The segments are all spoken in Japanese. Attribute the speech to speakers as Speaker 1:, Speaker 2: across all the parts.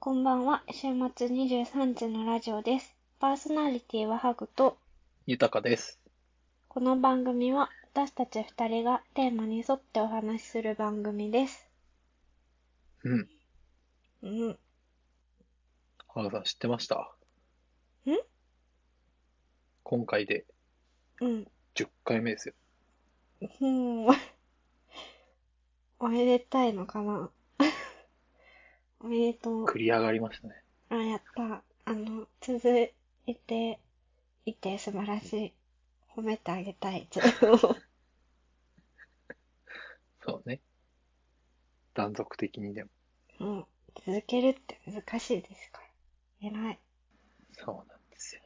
Speaker 1: こんばんは。週末23時のラジオです。パーソナリティはハグと、
Speaker 2: 豊かです。
Speaker 1: この番組は私たち二人がテーマに沿ってお話しする番組です。
Speaker 2: うん。
Speaker 1: うん。
Speaker 2: ハグさん知ってました
Speaker 1: ん
Speaker 2: 今回で
Speaker 1: うん。
Speaker 2: 10回目ですよ。
Speaker 1: うん。 おめでたいのかな おめでとう。
Speaker 2: 繰り上がりましたね。
Speaker 1: あ、やった。あの、続いていて素晴らしい。褒めてあげたい。自分を
Speaker 2: そうね。断続的にでも。
Speaker 1: うん。続けるって難しいですから。偉い。
Speaker 2: そうなんですよ。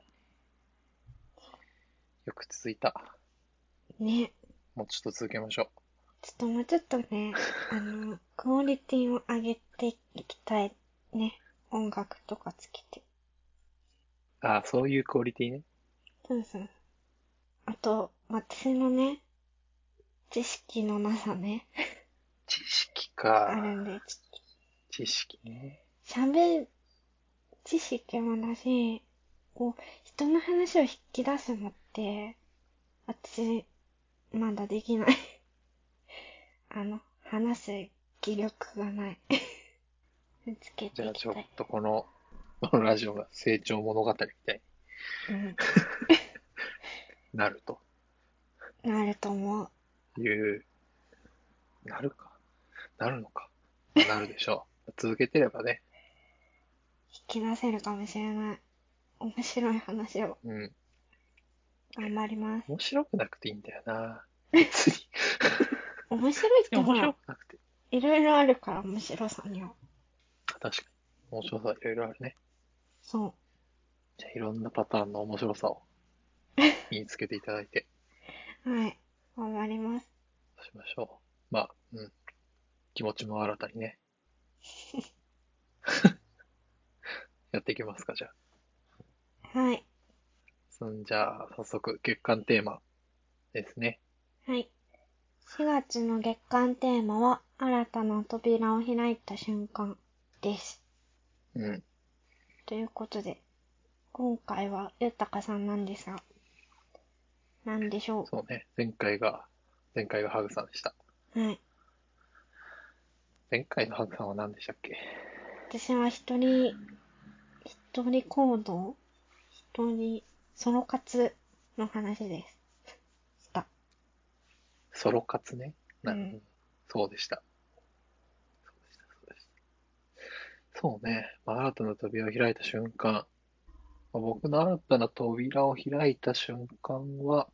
Speaker 2: よく続いた。
Speaker 1: ね。
Speaker 2: もうちょっと続けましょ
Speaker 1: ちょっともうちょっと ね、あの、クオリティを上げていきたいね。音楽とかつけて。
Speaker 2: う。ああ、そういうクオリティね。
Speaker 1: そうそう。あと、私のね、知識のなさね、
Speaker 2: 知識
Speaker 1: あ
Speaker 2: か。
Speaker 1: るんで、ちょっ
Speaker 2: 知識ね。
Speaker 1: と喋る、知識もなし、こう、人の話を引き出すのって、私、まだできない。 あの、話す気力が ない。見つけ
Speaker 2: じ
Speaker 1: て
Speaker 2: ゃ
Speaker 1: い
Speaker 2: あ
Speaker 1: き
Speaker 2: ちょ
Speaker 1: た
Speaker 2: っ
Speaker 1: い。
Speaker 2: とこの、このラジオが成長物語みたい
Speaker 1: うん
Speaker 2: になると
Speaker 1: なると思う。
Speaker 2: いう、なるか。なるのか。なるでしょう。 続けてればね。
Speaker 1: 引き出せるかもしれない。面白い話を
Speaker 2: うん。
Speaker 1: 頑張ります。
Speaker 2: 面白くなくていいんだよな。別に。
Speaker 1: 面白いってほ
Speaker 2: 面
Speaker 1: ら
Speaker 2: 白、くなくて。
Speaker 1: いろいろあるから面白さには。
Speaker 2: 確かに。面白さいろいろあるね。
Speaker 1: そ
Speaker 2: じゃあいろんなパターンの面白さ を見つけていただいて、
Speaker 1: う。はい。頑張ります。
Speaker 2: そうしましょう。まあ、うん。気持ちも新たにね。 やっていきますか、じゃあ。
Speaker 1: はい。
Speaker 2: そんじゃあ、早速、月間テーマですね。
Speaker 1: はい。4月の月間テーマは、新たな扉を開いた瞬間です。
Speaker 2: うん。
Speaker 1: ということで、今回はゆたかさんなんですが、なんでしょ
Speaker 2: そうね。前回が、前回がハグさんでした。
Speaker 1: う。はい。
Speaker 2: 前回のハグさんは何でしたっけ
Speaker 1: 私は一人、一人行動一人、ソロ活の話です。した。
Speaker 2: ソロ活ね。なるほど
Speaker 1: うん
Speaker 2: そうでした。そうでした、そうでした。そうね。まあ、新たな扉を開いた瞬間。まあ僕の新たな扉を開いた瞬間は、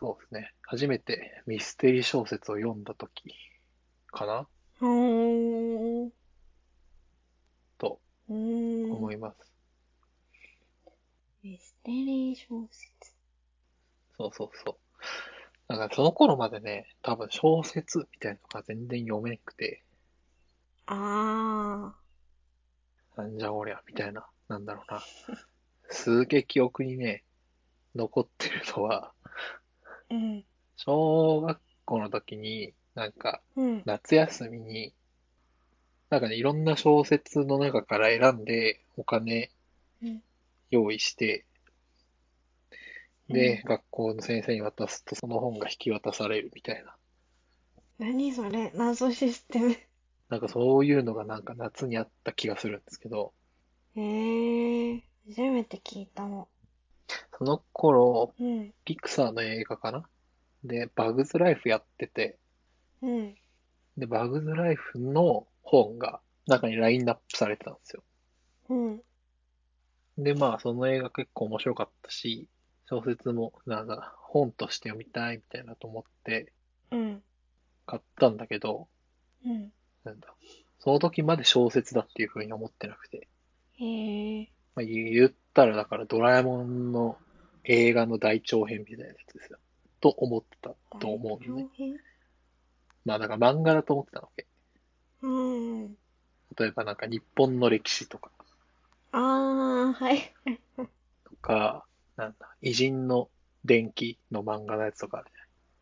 Speaker 2: そうですね。初めてミステリー小説を読んだ時かな
Speaker 1: うーん。
Speaker 2: と
Speaker 1: うー
Speaker 2: 思
Speaker 1: ん。
Speaker 2: います。
Speaker 1: ミステリー小説。
Speaker 2: そうそうそう。だからその頃までね、多分小説みたいなのが全然読めなくて、
Speaker 1: あ
Speaker 2: なんじゃこりゃ、みたいな、なんだろうな。すげえ記憶にね、残ってるのは、
Speaker 1: ー。うん。
Speaker 2: 小学校の時に、なんか、
Speaker 1: うん。
Speaker 2: 夏休みに、なんかね、いろんな小説の中から選んで、お金
Speaker 1: うん
Speaker 2: 用意して、
Speaker 1: うん
Speaker 2: で、学校の先生に渡すと、その本が引き渡されるみたいな。
Speaker 1: 何それ謎システム。
Speaker 2: なんかそういうのがなんか夏にあった気がするんですけど、
Speaker 1: へえー。初めて聞いたも
Speaker 2: その頃、
Speaker 1: ん。うん。
Speaker 2: ピクサーの映画かなで、バグズライフやってて、
Speaker 1: うん。
Speaker 2: で、バグズライフの本が中にラインナップされてたんですよ。
Speaker 1: うん。
Speaker 2: で、まあ、その映画結構面白かったし、小説も、なんか、本として読みたいみたいなと思って
Speaker 1: うん。
Speaker 2: 買ったんだけど、
Speaker 1: うん。
Speaker 2: なんだ、その時まで小説だっていうふうに思ってなくて、
Speaker 1: へえ
Speaker 2: まあ、言ったらだからドラえもんの映画の大長編みたいなやつですよ。と思ってた
Speaker 1: ー。
Speaker 2: と思うのね。
Speaker 1: 変
Speaker 2: まあ、だから漫画だと思ってたわけ。
Speaker 1: うん。
Speaker 2: 例えばなんか日本の歴史とか、
Speaker 1: ああ、はい。
Speaker 2: とか、なんだ、偉人の伝記の漫画のやつとかある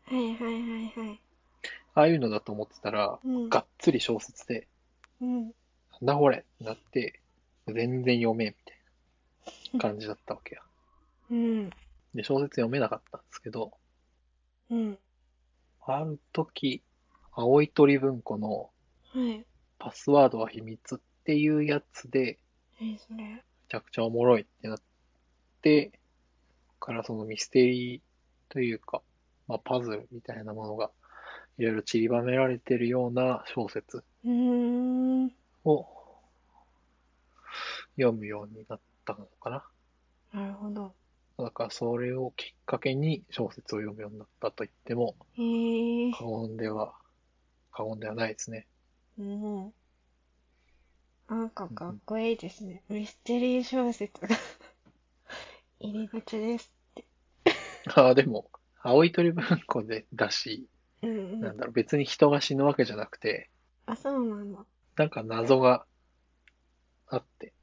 Speaker 2: じゃな
Speaker 1: は
Speaker 2: い
Speaker 1: いはいはいはい。
Speaker 2: ああいうのだと思ってたら、
Speaker 1: うん。
Speaker 2: がっつり小説で、
Speaker 1: うん。
Speaker 2: あなんだこれってなって、全然読めんみたいな感じだったわけや。
Speaker 1: うん。
Speaker 2: で、小説読めなかったんですけど、
Speaker 1: うん。
Speaker 2: ある時、青い鳥文庫の
Speaker 1: はい。
Speaker 2: パスワードは秘密っていうやつで、
Speaker 1: え、それ。
Speaker 2: めちゃくちゃおもろいってなって、からそのミステリーというか、まあ、パズルみたいなものがいろいろ散りばめられてるような小説
Speaker 1: うーん。
Speaker 2: を読むようになったのかな。
Speaker 1: なるほど。
Speaker 2: だからそれをきっかけに小説を読むようになったと言っても
Speaker 1: へえ
Speaker 2: 過言では、過言ではないですね。
Speaker 1: うん。なんかかっこいいですね。ミステリー小説が 入り口です。
Speaker 2: ああ、でも、青い鳥文庫でだし、
Speaker 1: うんう
Speaker 2: なん
Speaker 1: ん。
Speaker 2: だろう、別に人が死ぬわけじゃなくて、
Speaker 1: あ、そうなんだ。は
Speaker 2: なんか謎があって、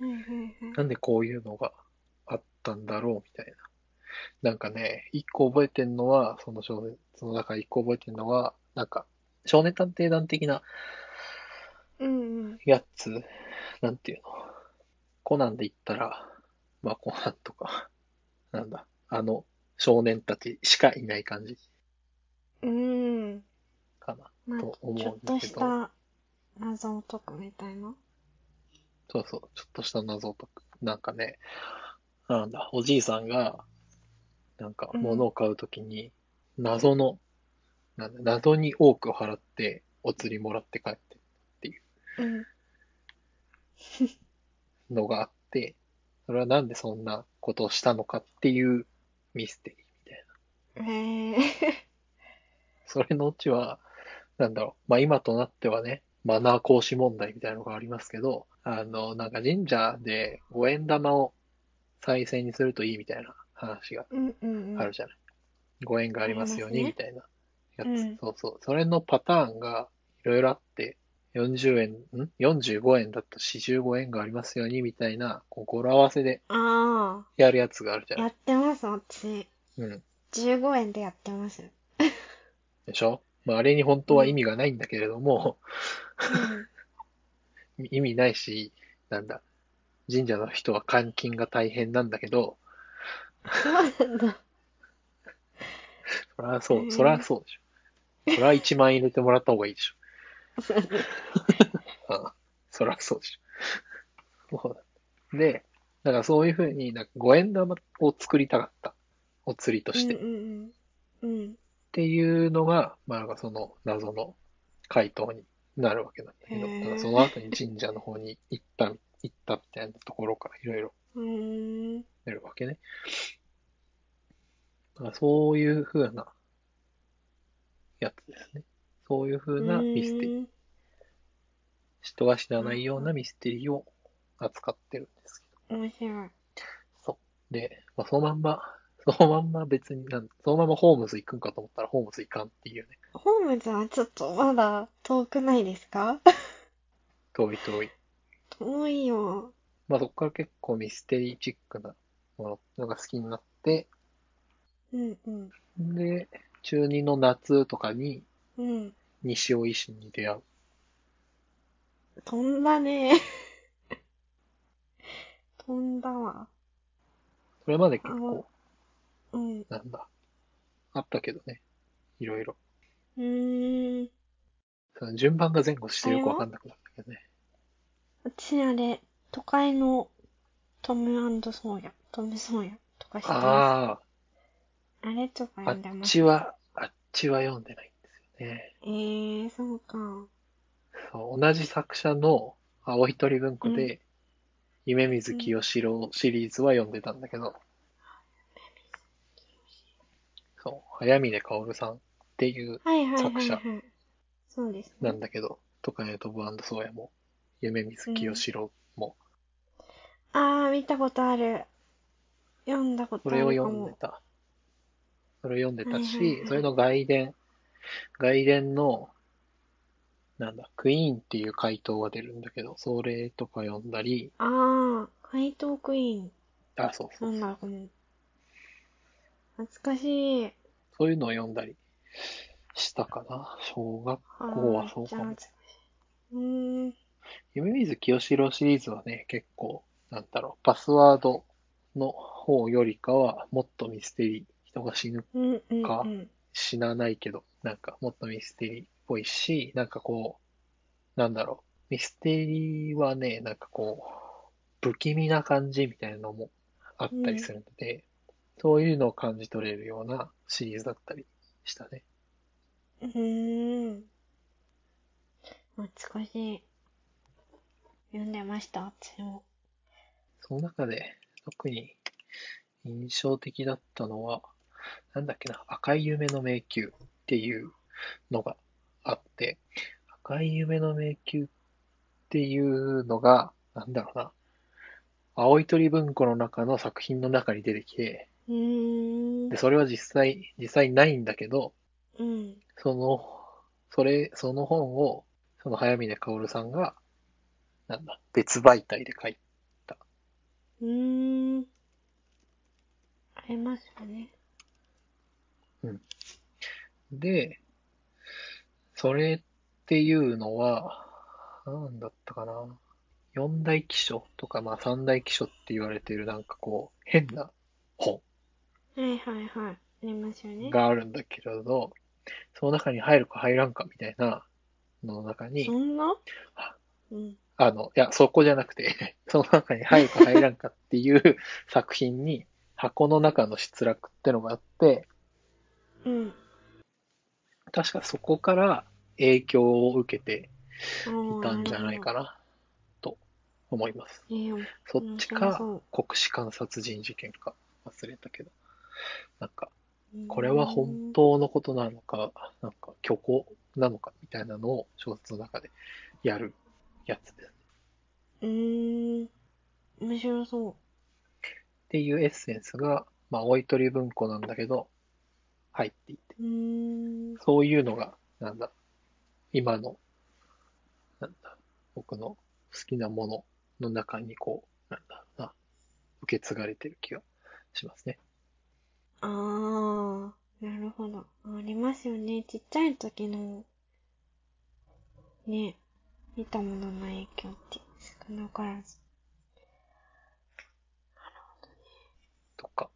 Speaker 1: いはいはい。
Speaker 2: なんでこういうのがあったんだろうみたいな。なんかね、一個覚えてんのは、その小説の中で一個覚えてんのは、なんか、少年探偵団的な
Speaker 1: うんうん。
Speaker 2: やつ、なんていうの。コナンで言ったら、まあコナンとか、なんだ、あの少年たちしかいない感じ
Speaker 1: うん。
Speaker 2: かな。
Speaker 1: まあ、
Speaker 2: と思うんだ
Speaker 1: ち
Speaker 2: け
Speaker 1: ょっ
Speaker 2: ど
Speaker 1: とした謎を解くみたいな。
Speaker 2: そうそう、ちょっとした謎を解く。なんかね、なんだ、おじいさんが、なんか
Speaker 1: うん
Speaker 2: 物を買うときに、謎の、なんだ、謎に多く払って、お釣りもらって帰って
Speaker 1: うん。
Speaker 2: のがあって、それはなんでそんなことをしたのかっていうミステリーみたいな。
Speaker 1: へえ。
Speaker 2: それのうちは、なんだろう、まあ今となってはね、マナー講師問題みたいなのがありますけど、あの、なんか神社で五円玉を再生にするといいみたいな話が
Speaker 1: うんうんうん。
Speaker 2: あるじゃない。ご縁がありますように、
Speaker 1: あり
Speaker 2: み
Speaker 1: ま
Speaker 2: たいなやつ、
Speaker 1: うん
Speaker 2: そうそう。それのパターンがいろいろあって、40円、ん ?45 円だった45円がありますように、みたいな、こう語呂合わせで
Speaker 1: あ
Speaker 2: やるやつがあるじゃ
Speaker 1: あ。
Speaker 2: な
Speaker 1: や
Speaker 2: い。
Speaker 1: ってます、私。
Speaker 2: うん。
Speaker 1: 15円でやってます。
Speaker 2: でしょまあ、あれに本当は意味がないんだけれども、
Speaker 1: うん。
Speaker 2: 意味ないし、なんだ、神社の人は監禁が大変なんだけど、
Speaker 1: そうなんだ。
Speaker 2: そらそ
Speaker 1: へえ
Speaker 2: う、そらそうでしょ。そら1万円入れてもらった方がいい でしょ。あそらそうでしょ。そうだで、だからそういうふうに、なんか五円玉を作りたかった。お釣りとして。
Speaker 1: う
Speaker 2: っ
Speaker 1: んうんうん。うん。
Speaker 2: ていうのが、まあなんかその謎の回答になるわけなんだけど、
Speaker 1: へー
Speaker 2: だからその後に神社の方に行った、行ったみたいなところからいろいろ
Speaker 1: うーん。
Speaker 2: 出るわけね。だからそういうふうなやつですね。そういうふうなミステリー。
Speaker 1: うーん
Speaker 2: 人が知らないようなミステリーを扱ってるんですけど。
Speaker 1: 面白い。
Speaker 2: そう。で、まあ、そのまん ま、そのまんま別になん、そのままホームズ行くんかと思ったらホームズ行かんっていうね。
Speaker 1: ホームズはちょっとまだ遠くないですか
Speaker 2: 遠い遠い。
Speaker 1: 遠いよ。
Speaker 2: まあそこから結構ミステリーチックなものが好きになって、
Speaker 1: うんうん。
Speaker 2: で、中2の夏とかに
Speaker 1: うん。
Speaker 2: 西尾維新に出会う。
Speaker 1: 飛んだね。 飛んだわ。
Speaker 2: それまで結構、
Speaker 1: うん。う
Speaker 2: なんだ、あったけどね。いろいろ。
Speaker 1: ーん。
Speaker 2: その順番が前後してよくわかんなくなったけどね。
Speaker 1: 私あれ、都会のトムソーヤ、トムソーヤとか知ってます。
Speaker 2: あ
Speaker 1: あれとか
Speaker 2: あ、あ
Speaker 1: 読
Speaker 2: っ
Speaker 1: んでます。
Speaker 2: ちは、あっちは読んでないんですよね。
Speaker 1: えー、そうか。
Speaker 2: そう同じ作者の青い鳥文庫で、
Speaker 1: う
Speaker 2: 夢水清志郎シリーズは読んでたんだけど、そう、早峰薫さんっていう
Speaker 1: はいはいはい
Speaker 2: 作
Speaker 1: は
Speaker 2: 者
Speaker 1: い。そうです
Speaker 2: な
Speaker 1: ね
Speaker 2: ん。だけど、とかね、トブソーヤも、夢水清志郎も、
Speaker 1: あー、見たことある。読んだこと
Speaker 2: そ
Speaker 1: あ
Speaker 2: れを
Speaker 1: るか
Speaker 2: 読んで
Speaker 1: も。
Speaker 2: た。それを読んでた
Speaker 1: はいはい
Speaker 2: し
Speaker 1: は、い
Speaker 2: それの外伝、外伝の、なんだ、クイーンっていう回答が出るんだけど、それとか読んだり、
Speaker 1: あー、怪盗クイーン。
Speaker 2: あ、そうそう
Speaker 1: なんだろう、この。懐かしい。
Speaker 2: そういうのを読んだりしたかな。小学
Speaker 1: あー
Speaker 2: 校はそうか
Speaker 1: じゃあ
Speaker 2: も
Speaker 1: 懐かしい。うーん。
Speaker 2: 夢水清志郎シリーズはね、結構、なんだろう、パスワードの方よりかは、もっとミステリー、人が死ぬ、
Speaker 1: うんうんうん。
Speaker 2: か死なないけど、なんかもっとミステリーっぽいし、なんかこう、なんだろう、ミステリーはね、なんかこう、不気味な感じみたいなのもあったりするので、そういうのを感じ取れるようなシリーズだったりしたね。
Speaker 1: うーん。懐かしい。読んでました、私も。
Speaker 2: その中で特に印象的だったのは、なんだっけな、赤い夢の迷宮っていうのがあって、赤い夢の迷宮っていうのが、なんだろうな、青い鳥文庫の中の作品の中に出てきて、
Speaker 1: うーん
Speaker 2: で、。それは実際、実際ないんだけど、
Speaker 1: うん。
Speaker 2: その、それ、その本を、その早峰薫さんが、なんだ、別媒体で書いて、
Speaker 1: うーん。ありますよね。
Speaker 2: で、それっていうのは、なんだったかな。四大奇書とか、まあ三大奇書って言われてるなんかこう、変な本
Speaker 1: はいはいはい。ありますよね。
Speaker 2: があるんだけれど、その中に入るか入らんかみたいなのの中に
Speaker 1: そ、んな
Speaker 2: あ
Speaker 1: うん。
Speaker 2: あの、いや、そこじゃなくて、 その中に入るか入らんかっていう 作品に、箱の中の失落ってのがあって、
Speaker 1: うん。
Speaker 2: 確かそこから影響を受けて
Speaker 1: あ
Speaker 2: い
Speaker 1: あ
Speaker 2: たんじゃないか
Speaker 1: な。
Speaker 2: な、と思います。
Speaker 1: ええよ。
Speaker 2: そっち
Speaker 1: 面白
Speaker 2: か
Speaker 1: そう、
Speaker 2: 国士官殺人事件か、忘れたけど。なんか、
Speaker 1: うーん
Speaker 2: これは本当のことなのか、なんか虚構なのか、みたいなのを小説の中でやるやつです。っ
Speaker 1: うーん。面白そう。
Speaker 2: ていうエッセンスが、まあ、おいとり文庫なんだけど、入っていて。
Speaker 1: うーん。
Speaker 2: そういうのが、なんだ、今の、なんだ、僕の好きなものの中にこう、なんだろうな、受け継がれてる気がしますね。
Speaker 1: ああ、なるほど。ありますよね。ちっちゃい時の、ね、見たものの影響って少なからず。
Speaker 2: とか、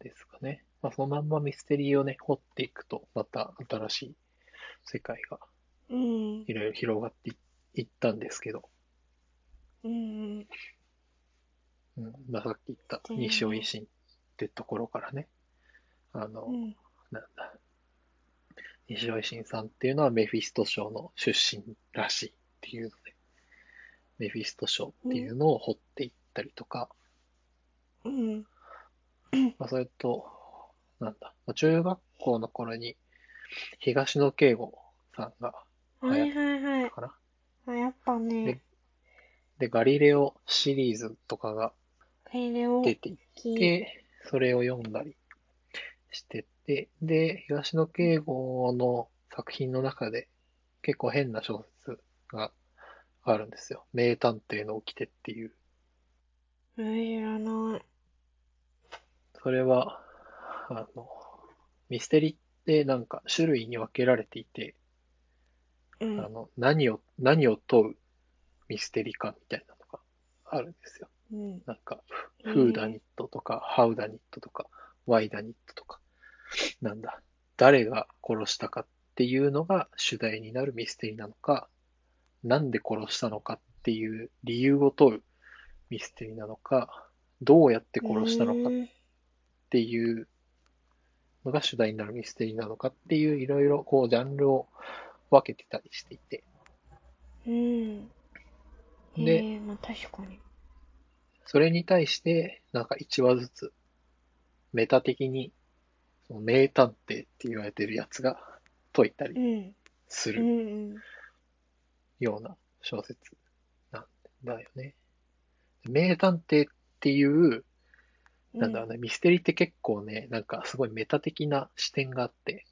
Speaker 2: ですかね。まあ、そのまんまミステリーをね、掘っていくと、また新しい世界が
Speaker 1: うん。
Speaker 2: いろいろ広がっていいったんですけど、
Speaker 1: うんうん。
Speaker 2: うん、まあ、さっき言った
Speaker 1: そうね
Speaker 2: 西尾維新ってところからね、あの、
Speaker 1: うん。
Speaker 2: なんだ、西尾維新さんっていうのはメフィスト賞の出身らしいっていうので、メフィスト賞っていうのを掘っていったりとか、
Speaker 1: うん。
Speaker 2: まあ、それと、なんだ、まあ中学校の頃に東野圭吾さんが、
Speaker 1: はいはいはい。
Speaker 2: かな。
Speaker 1: あ、やっぱね
Speaker 2: で、で、ガリレオシリーズとかが
Speaker 1: カイレオ
Speaker 2: 出てい
Speaker 1: キ
Speaker 2: て、それを読んだりしてて、で、東野圭吾の作品の中で結構変な小説があるんですよ。名探偵の起きてっていう。
Speaker 1: えー、知らない。
Speaker 2: それは、あの、ミステリーってなんか種類に分けられていて、
Speaker 1: う
Speaker 2: あ
Speaker 1: ん。
Speaker 2: の、何を、何を問うミステリー感みたいなのがあるんですよ。
Speaker 1: うん。
Speaker 2: なんか、
Speaker 1: えー
Speaker 2: フーダニットとか、ハウダニットとか、ワイダニットとか、なんだ、誰が殺したかっていうのが主題になるミステリーなのか、なんで殺したのかっていう理由を問うミステリーなのか、どうやって殺したのかっ
Speaker 1: うん
Speaker 2: っていうのが主題になるミステリーなのかっていう、いろいろこう、ジャンルを分けてたりしていて、
Speaker 1: うん。え
Speaker 2: で
Speaker 1: ー、まあ確かに。
Speaker 2: それに対して、なんか1話ずつ、メタ的に、その名探偵って言われてるやつが解いた
Speaker 1: う
Speaker 2: り
Speaker 1: ん。
Speaker 2: す
Speaker 1: う
Speaker 2: る
Speaker 1: んうん。
Speaker 2: ような小説なんだよね。名探偵っていう、なんだろうね、ミステリーって結構ね、なんかすごいメタ的な視点があって、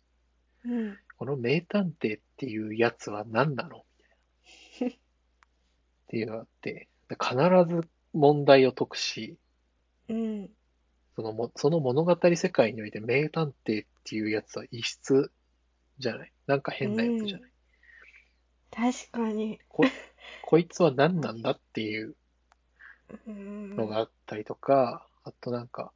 Speaker 1: うん。
Speaker 2: この名探偵っていうやつは何 なのみたいな。っていうのがあって、で必ず問題を解くし、
Speaker 1: うん。
Speaker 2: そのも、その物語世界において名探偵っていうやつは異質じゃない。なんか変なやつじゃない。
Speaker 1: 確かに。
Speaker 2: ここいつは何なんだっていう
Speaker 1: うん。
Speaker 2: のがあったりとか、あとなんか、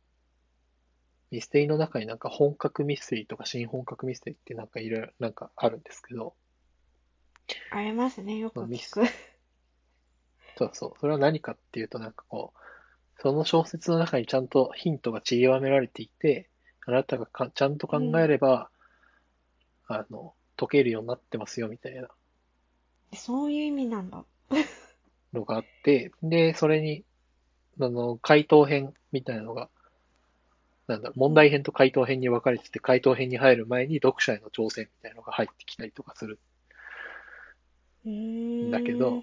Speaker 2: ミステリの中になんか本格ミステリとか新本格ミステリってなんかいろいろなんかあるんですけど、
Speaker 1: ありますね、よく
Speaker 2: ミ
Speaker 1: 聞
Speaker 2: ス
Speaker 1: く。
Speaker 2: そうそう、それは何かっていうとなんかこう、その小説の中にちゃんとヒントが散りばめられていて、あなたがかちゃんと考えれば、あの、解けるようになってますよみたいな
Speaker 1: そういう意味なんだ。
Speaker 2: のがあって、で、それに、あの、回答編みたいなのが、なんだろう、問題編と回答編に分かれてて、回答編に入る前に読者への挑戦みたいなのが入ってきたりとかする
Speaker 1: うーん。
Speaker 2: だけど、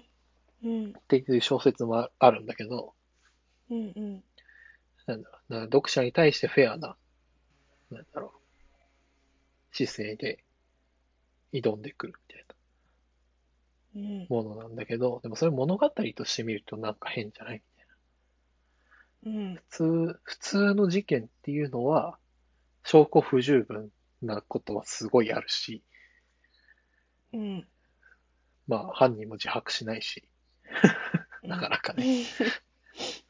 Speaker 1: うん、
Speaker 2: っていう小説もああるんだけど、
Speaker 1: うん、うん。
Speaker 2: なんだろう、な読者に対してフェアな、なんだろう、姿勢で挑んでくるみたい
Speaker 1: うん、
Speaker 2: なものなんだけど、でもそれ物語として見るとなんか変じゃない
Speaker 1: うん、
Speaker 2: 普通、普通の事件っていうのは、証拠不十分なことはすごいあるし、
Speaker 1: うん。
Speaker 2: まあ犯人も自白しないし、なかなかね。
Speaker 1: ん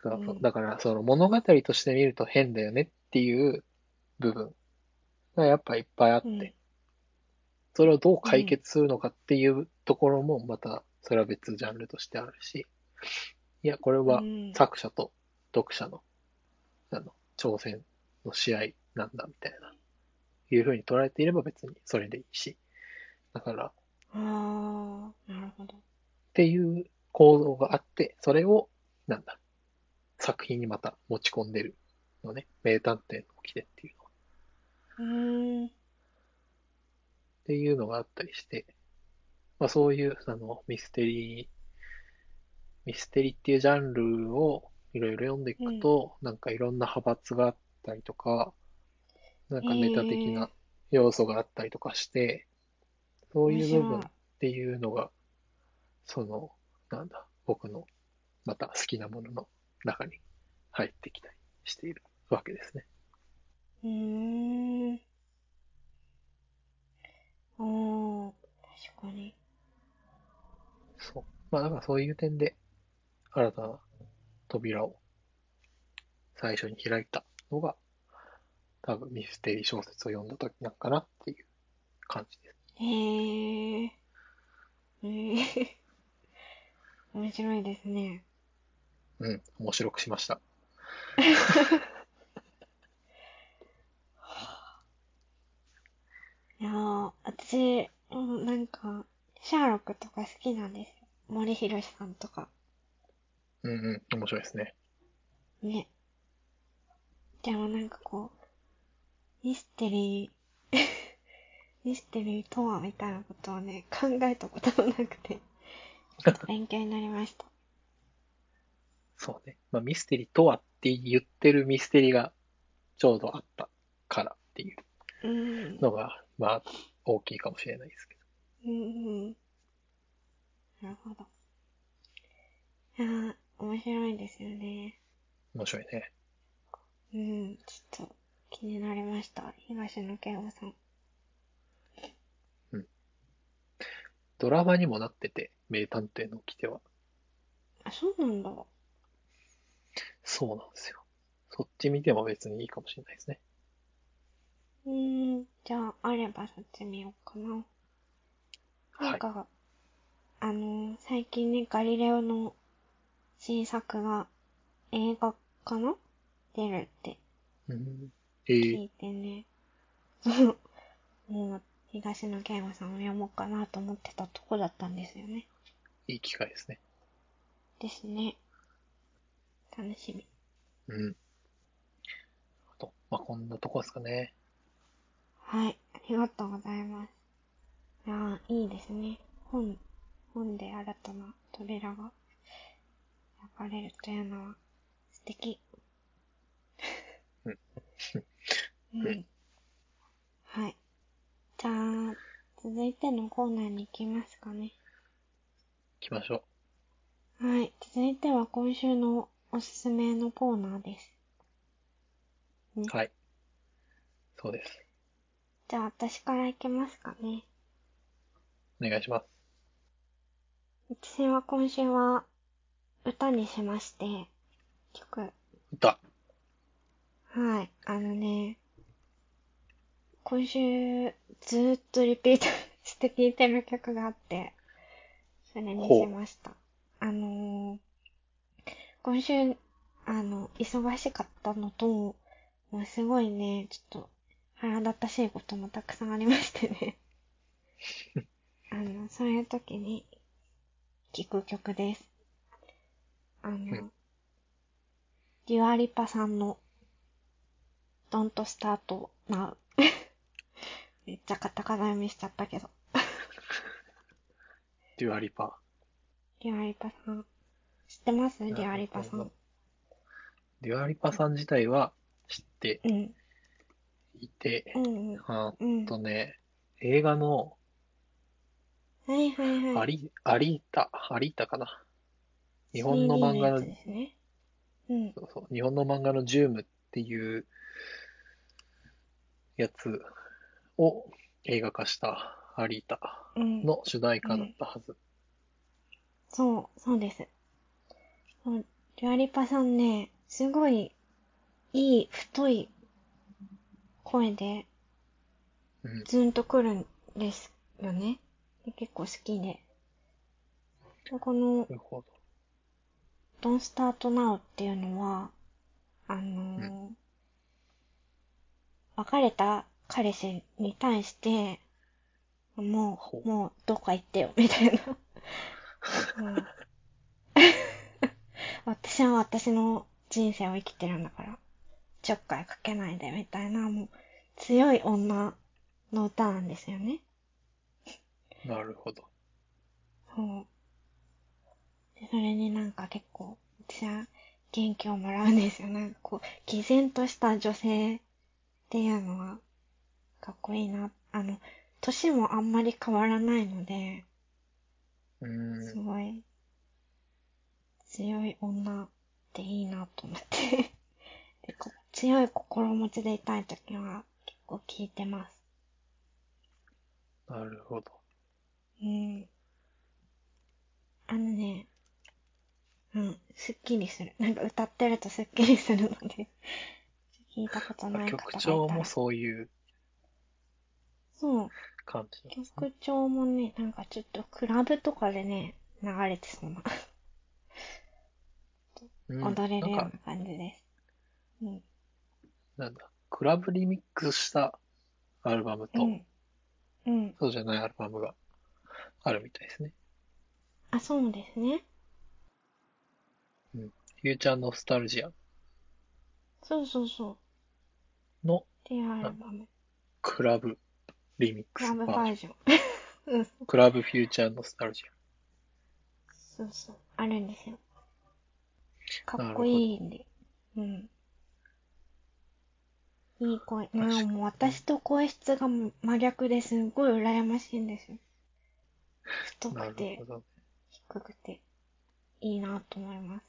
Speaker 2: そうだからその物語として見ると変だよねっていう部分がやっぱいっぱいあっ
Speaker 1: うん
Speaker 2: て、それをどう解決するのかっていうところもまたそれは別ジャンルとしてあるし、いや、これは
Speaker 1: うん
Speaker 2: 作者と読者の、あの、挑戦の試合なんだみたいな、いうふうに捉えていれば別にそれでいいし、だから、っ
Speaker 1: ああ、なるほど。
Speaker 2: ていう構造があって、それを、なんだ、作品にまた持ち込んでるのね、名探偵の起てっていうのは
Speaker 1: うーん、
Speaker 2: っていうのがあったりして、まあそういう、あの、ミステリー、ミステリーっていうジャンルをいろいろ読んでいくと、なんかいろんな派閥があったりとか、なんかネタ的な要素があったりとかして、そういう部分
Speaker 1: 面
Speaker 2: っ
Speaker 1: 白い
Speaker 2: ていうのが、その、なんだ、僕のまた好きなものの中に入ってきたりしているわけですね。
Speaker 1: うーん。おー、確かに。
Speaker 2: そう。まあ、だからそういう点で、新たな扉を最初に開いたのが、多分ミステリー小説を読んだ時なんかなっていう感じです。
Speaker 1: へえ。へえ。面白いですね。
Speaker 2: うん、面白くしました。
Speaker 1: いやー、私、うんなんか、シャーロックとか好きなんですよ。森博さんとか。
Speaker 2: うんうん、面白いですね。
Speaker 1: ね。でもなんかこう、ミステリ ー、ミステリーとはみたいなことをね、考えたこともなくて、ちょっと勉強になりました。
Speaker 2: そうね。まあ、ミステリーとはって言ってるミステリーがちょうどあったからっていう
Speaker 1: うん。
Speaker 2: のが、まあ、大きいかもしれないですけど。
Speaker 1: うんうん。なるほど。いやー、面白いですよね。
Speaker 2: 面白いね。
Speaker 1: うん、ちょっと気になりました。東野圭吾さん。
Speaker 2: ドラマにもなってて、名探偵の来ては。
Speaker 1: あ、そうなんだ。
Speaker 2: そうなんですよ。そっち見ても別にいいかもしれないですね。
Speaker 1: うん、じゃあ、あればそっち見ようかな。
Speaker 2: はい
Speaker 1: なんか、あのー、最近ね、ガリレオの新作が映画かな出るって
Speaker 2: うんえー
Speaker 1: 聞いてね。 そう。もう、東野圭吾さんを読もうかなと思ってたとこだったんですよね。
Speaker 2: いい機会ですね。
Speaker 1: ですね。楽しみ。
Speaker 2: うん。あと、まあ、こんなとこですかね。
Speaker 1: はい。ありがとうございます。いやーいいですね。本、本で新たな扉が開かれるというのは素敵。
Speaker 2: うん。
Speaker 1: うん。はい。じゃあ、続いてのコーナーに行きますかね。
Speaker 2: 行きましょ
Speaker 1: はい。続いては今週のおすすめのコーナーです。
Speaker 2: う。はい。そうです。
Speaker 1: じゃあ、私から行きますかね。
Speaker 2: お願いします。
Speaker 1: 私は今週は歌にしまして、曲。
Speaker 2: 歌。
Speaker 1: はい。あのね、今週ずーっとリピート して聴いてる曲があって、それに
Speaker 2: ほ
Speaker 1: し
Speaker 2: う
Speaker 1: ました。あのー、今週、あの、忙しかったのと、もうすごいね、ちょっと腹立たしいこともたくさんありましてね。あの、そういう時に聴く曲です。あの、
Speaker 2: ん
Speaker 1: デュアリパさんの Don't Start Now めっちゃカタカナ読みしちゃったけど。
Speaker 2: デュアリパ。
Speaker 1: デュアリパさん。知ってますデ
Speaker 2: るほど
Speaker 1: ュアリパさん。
Speaker 2: デュアリパさん自体は知って
Speaker 1: うん。
Speaker 2: いて、
Speaker 1: うんうん。
Speaker 2: あ
Speaker 1: うん。
Speaker 2: とね、映画の
Speaker 1: はいはいはい。
Speaker 2: アリ、アリータ、アリータかな。日本の漫画
Speaker 1: 3D や
Speaker 2: の
Speaker 1: つ、ですね。うん。
Speaker 2: そうそう、日本の漫画のジュームっていうやつを映画化したアリータ
Speaker 1: うん。
Speaker 2: の主題歌だったはず。
Speaker 1: そう、そうです。そうデュアリパさんね、すごい、いい、太い声で、
Speaker 2: うん
Speaker 1: ズンとくるんですよね。で結構好きで。でこの
Speaker 2: な、るほど。
Speaker 1: Don't Start Now っていうのは、あのー
Speaker 2: う
Speaker 1: 別れた彼氏に対して、も
Speaker 2: ほ
Speaker 1: う、
Speaker 2: う
Speaker 1: もう、どっか行ってよ、みたいな。もう私は私の人生を生きてるんだから、ちょっかいかけないで、みたいな、もう、強い女の歌なんですよね。
Speaker 2: なるほど。
Speaker 1: そう。でそれになんか結構、私は元気をもらうんですよ。なんかこう、毅然とした女性っていうのは、かっこいいな。あの、歳もあんまり変わらないので、
Speaker 2: う
Speaker 1: す
Speaker 2: ん。
Speaker 1: ごい、強い女っていいなと思って。 でこ強い心持ちでいたいときは、結構聞いてます。
Speaker 2: なるほど。
Speaker 1: うん。あのね、うん、すっきりする。なんか歌ってるとすっきりするので、 聞いたことない方がい
Speaker 2: 曲
Speaker 1: たら。
Speaker 2: 調もそういう
Speaker 1: そう。
Speaker 2: 感じなんですね。
Speaker 1: 曲調もね、なんかちょっとクラブとかでね、流れてそうな、
Speaker 2: うん
Speaker 1: 踊れるよう
Speaker 2: な
Speaker 1: なん
Speaker 2: か、
Speaker 1: 感じです。うん。
Speaker 2: なんだ、クラブリミックスしたアルバムと、
Speaker 1: うん。うん。
Speaker 2: そうじゃないアルバムがあるみたいですね。
Speaker 1: あ、そうですね。
Speaker 2: フューチャーノスタルジア
Speaker 1: そうそうそう。っ
Speaker 2: の
Speaker 1: ていうアルバム。
Speaker 2: クラブリミック
Speaker 1: ク
Speaker 2: ス
Speaker 1: ラブ
Speaker 2: バ
Speaker 1: バ
Speaker 2: ージョ
Speaker 1: ー
Speaker 2: ン。
Speaker 1: ジョン。
Speaker 2: クラブフューチャーノスタルジ
Speaker 1: そうそう。あるんですよ。かっこいいんで。うん。いい声。
Speaker 2: かに
Speaker 1: なんかもう私と声質が真逆ですごい羨ましいんですよ。太
Speaker 2: ア。な
Speaker 1: く
Speaker 2: る
Speaker 1: て
Speaker 2: ほ、ど。
Speaker 1: 低くて、いいなと思います。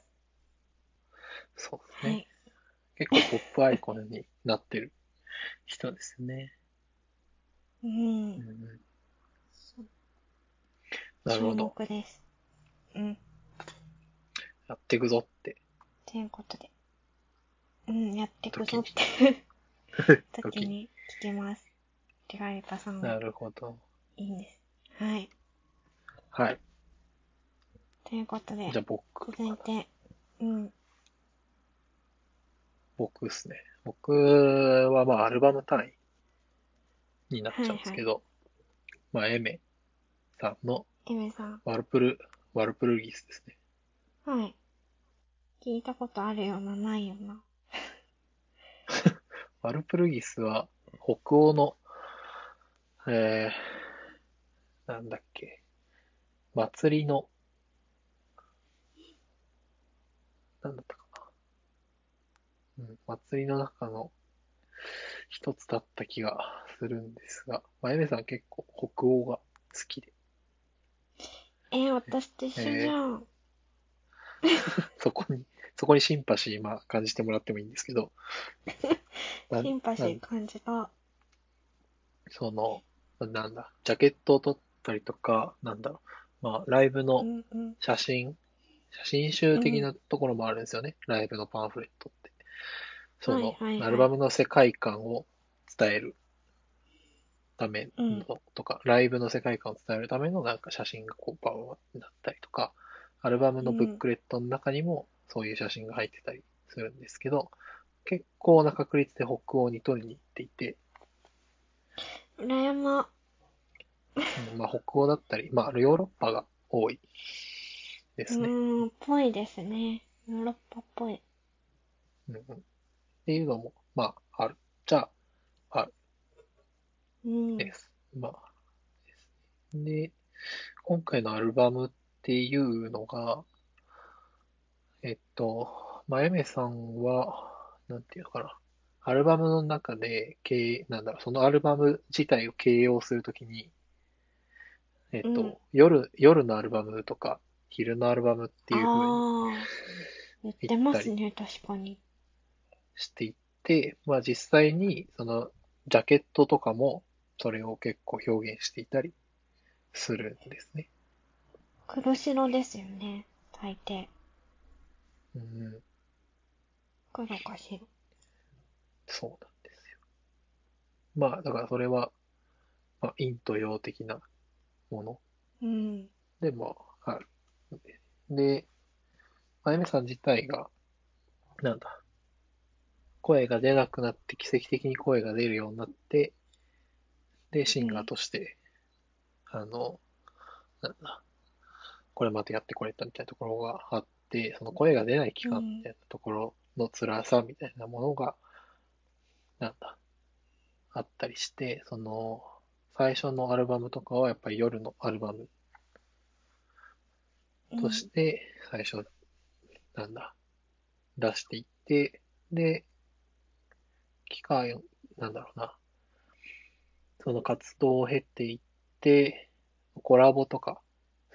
Speaker 2: そうです
Speaker 1: は
Speaker 2: ね。
Speaker 1: い。
Speaker 2: 結構ポップアイコンになってる人ですね。
Speaker 1: う
Speaker 2: うん
Speaker 1: ん。
Speaker 2: うん
Speaker 1: そう
Speaker 2: なるほ
Speaker 1: 注
Speaker 2: ど。
Speaker 1: 目です。うん。
Speaker 2: やっていくぞって。
Speaker 1: ということで。うん、やってくぞって。 時に聞き ます。リガリパさん
Speaker 2: な
Speaker 1: は
Speaker 2: るほど。
Speaker 1: いいんです。はい。
Speaker 2: はい。
Speaker 1: ということで
Speaker 2: じゃあ、僕、
Speaker 1: 続いて、うん。
Speaker 2: 僕ですね。僕はまあアルバム単位になっちゃうんですけど、まあエメさんの
Speaker 1: エメさん。
Speaker 2: ワルプル、ワルプルギスですね。
Speaker 1: はい。聞いたことあるような、ないような。
Speaker 2: ワルプルギスは北欧の、えー、なんだっけ、祭りの、なんだったかな。うん、祭りの中の一つだった気がするんですが、まあ、エメさん結構北欧が好きで、
Speaker 1: えー、私と一緒じゃん。
Speaker 2: そこに、そこにシンパシー、まあ、感じてもらってもいいんですけど、な
Speaker 1: シンパシ
Speaker 2: な
Speaker 1: ー感じた。
Speaker 2: その、なんだ、ジャケットを取ったりとか、なんだろう、まあ、ライブ
Speaker 1: う
Speaker 2: の
Speaker 1: んうん。
Speaker 2: 写真、写真集的なところもあるんですよね。ライブのパンフレットって。そ
Speaker 1: はい
Speaker 2: の
Speaker 1: はいはい、
Speaker 2: アルバムの世界観を伝えるため
Speaker 1: うん
Speaker 2: のとか、ライブの世界観を伝えるためのなんか写真がこうバーってなったりとか、アルバムのブックレットの中にもそういう写真が入ってたりするんですけど、結構な確率で北欧に撮りに行っていて、
Speaker 1: 羨ま。
Speaker 2: うんまあ、北欧だったり、まあ、ヨーロッパが多いで
Speaker 1: う
Speaker 2: すね。
Speaker 1: ーん、ぽいですね。ヨーロッパっぽい。
Speaker 2: うんうん、っていうのも、まあ、ある。じゃあ、
Speaker 1: うん。
Speaker 2: です。まあ、ですで、今回のアルバムっていうのが、えっと、まあ、エメさんは、なんていうのかな、アルバムの中で、形なんだろう、そのアルバム自体を形容するときに、えっと、
Speaker 1: うん
Speaker 2: 夜、夜のアルバムとか、昼のアルバムっていう風に
Speaker 1: ああ、言ってますね、確かに。
Speaker 2: していって、まあ実際に、その、ジャケットとかも、それを結構表現していたりするんですね。
Speaker 1: 黒白ですよね、大抵。
Speaker 2: うん、
Speaker 1: 黒か白。
Speaker 2: そうなんですよ。まあ、だからそれは、まあ、陰と陽的なもの
Speaker 1: うん。
Speaker 2: で、まあ、ある。で、あゆみさん自体が、なんだ、声が出なくなって、奇跡的に声が出るようになって、で、シンガーとして、あの、なんだ、これまたやってこれたみたいなところがあって、その声が出ない期間みたいなところの辛さみたいなものが、なんだ、あったりして、その、最初のアルバムとかはやっぱり夜のアルバム
Speaker 1: うん
Speaker 2: として、最初、なんだ、出していって、で、期間、なんだろうな、その活動を経ていって、コラボとか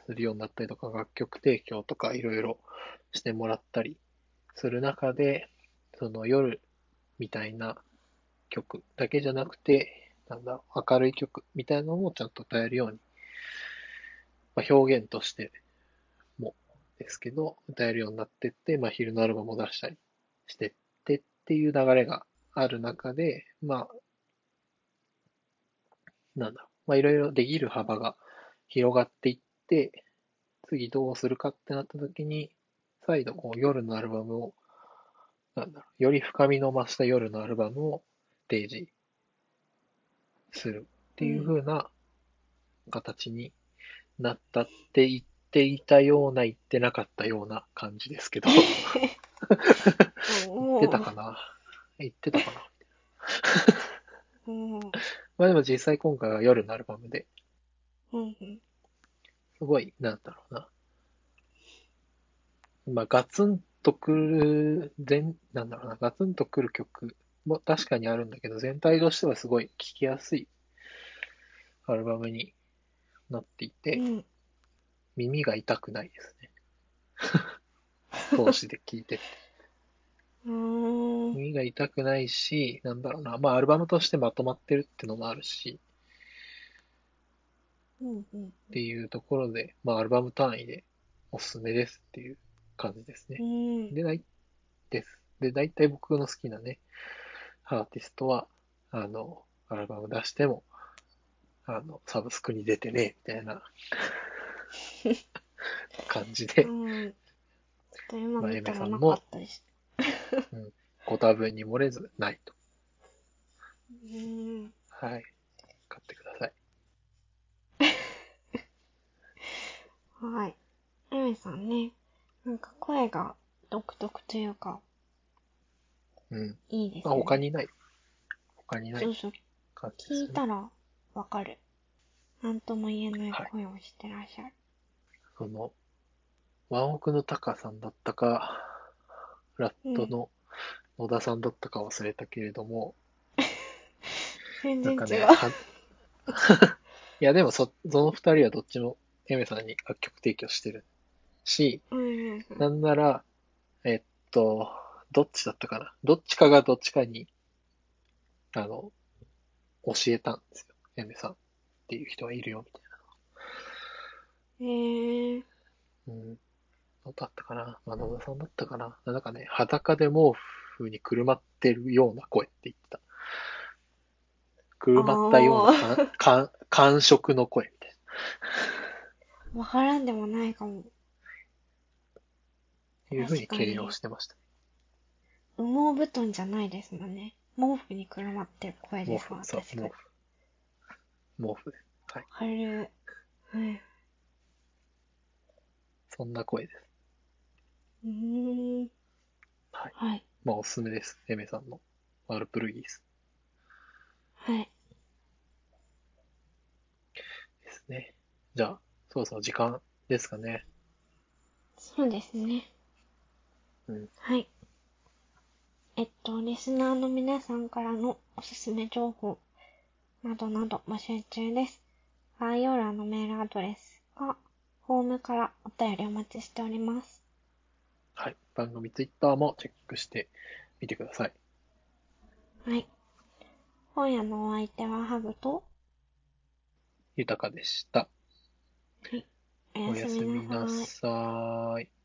Speaker 2: するようになったりとか、楽曲提供とかいろいろしてもらったりする中で、その夜みたいな曲だけじゃなくて、なんだろう、明るい曲みたいなのもちゃんと歌えるように、まあ、表現としてですけど、歌えるようになってって、まあ、昼のアルバムを出したりしてってっていう流れがある中で、まあ、なんだろう、まあ、いろいろできる幅が広がっていって、次どうするかってなった時に、再度こう夜のアルバムを、なんだろう、より深みの増した夜のアルバムを提示するっていう風な形になったって言っていたような、言ってなかったような感じですけど、言ってたかな言ってたかな
Speaker 1: うん。うん。
Speaker 2: まあでも実際今回は夜のアルバムで、
Speaker 1: うんうん。
Speaker 2: すごい、なんだろうな。まあガツンとくる、全、なんだろうな、ガツンとくる曲も確かにあるんだけど、全体としてはすごい聴きやすいアルバムになっていて、
Speaker 1: うん。
Speaker 2: 耳が痛くないですね。通しで聴いてて
Speaker 1: うーん。
Speaker 2: 耳が痛くないし、なんだろうな、まあ、アルバムとしてまとまってるってのもあるし、
Speaker 1: うんうん。
Speaker 2: っていうところで、まあ、アルバム単位でおすすめですっていう感じです
Speaker 1: う
Speaker 2: ね。
Speaker 1: ん。
Speaker 2: で、ない、です。で、大体僕の好きなね、アーティストは、あの、アルバム出しても、あの、サブスクに出てね、み たいな感じで、
Speaker 1: うん。ちょっと今
Speaker 2: まあ
Speaker 1: 見たら
Speaker 2: エメさ
Speaker 1: なん
Speaker 2: も
Speaker 1: かったです。
Speaker 2: ご多分に漏れずないと。
Speaker 1: うん。
Speaker 2: はい。買ってください。
Speaker 1: はい。エメさんね、なんか声が独特というか、
Speaker 2: うん。
Speaker 1: いいです
Speaker 2: ま
Speaker 1: ね。
Speaker 2: あ、他にない。他にない
Speaker 1: そうそう。
Speaker 2: 感じです
Speaker 1: 聞
Speaker 2: ね
Speaker 1: い。たらわかる。なんとも言えない声をしてらっしゃる。
Speaker 2: その、ワンオクのタカさんだったか、ラットの野田さんだったか忘れたけれども、
Speaker 1: 全
Speaker 2: な
Speaker 1: 然
Speaker 2: んか
Speaker 1: 違う。
Speaker 2: ね、は いやでもそ、その二人はどっちもエメさんに楽曲提供してるし、
Speaker 1: うんうん
Speaker 2: なんなら、えっと、どっちだったかな。どっちかがどっちかに、あの、教えたんですよ。エメさんっていう人がいるよ、みたいな。
Speaker 1: うへえ。
Speaker 2: うん。どうだったかなまあ、野田さんだったかななんかね、裸で毛布にくるまってるような声って言ってた。くるまったようなかか感触の声みたいな。
Speaker 1: わからんでもないかも。
Speaker 2: いうふう
Speaker 1: 確
Speaker 2: に
Speaker 1: かに
Speaker 2: 形容してました。
Speaker 1: 羽毛布団じゃないですもんね。毛布にくるまってる声
Speaker 2: 毛
Speaker 1: です
Speaker 2: 布
Speaker 1: もん、、
Speaker 2: そう、
Speaker 1: 確か
Speaker 2: 毛
Speaker 1: に。
Speaker 2: 布。毛布で。
Speaker 1: あれ、はい。
Speaker 2: そんな声です。
Speaker 1: うーん。
Speaker 2: はい。
Speaker 1: はい。
Speaker 2: まあ、おすすめです。エメさんのワルプルギース
Speaker 1: はい。
Speaker 2: ですね。じゃあ、そろそろ時間ですかね。
Speaker 1: そうですね。
Speaker 2: うん
Speaker 1: はい。えっと、リスナーの皆さんからのおすすめ情報などなど募集中です。概要欄のメールアドレスか、ホームからお便りお待ちしております。
Speaker 2: はい。番組ツイッターもチェックしてみてください。
Speaker 1: はい。今夜のお相手はハグと、
Speaker 2: 豊かでした。
Speaker 1: おや
Speaker 2: お
Speaker 1: す
Speaker 2: や
Speaker 1: み
Speaker 2: すみ
Speaker 1: な
Speaker 2: な
Speaker 1: さい。
Speaker 2: さい。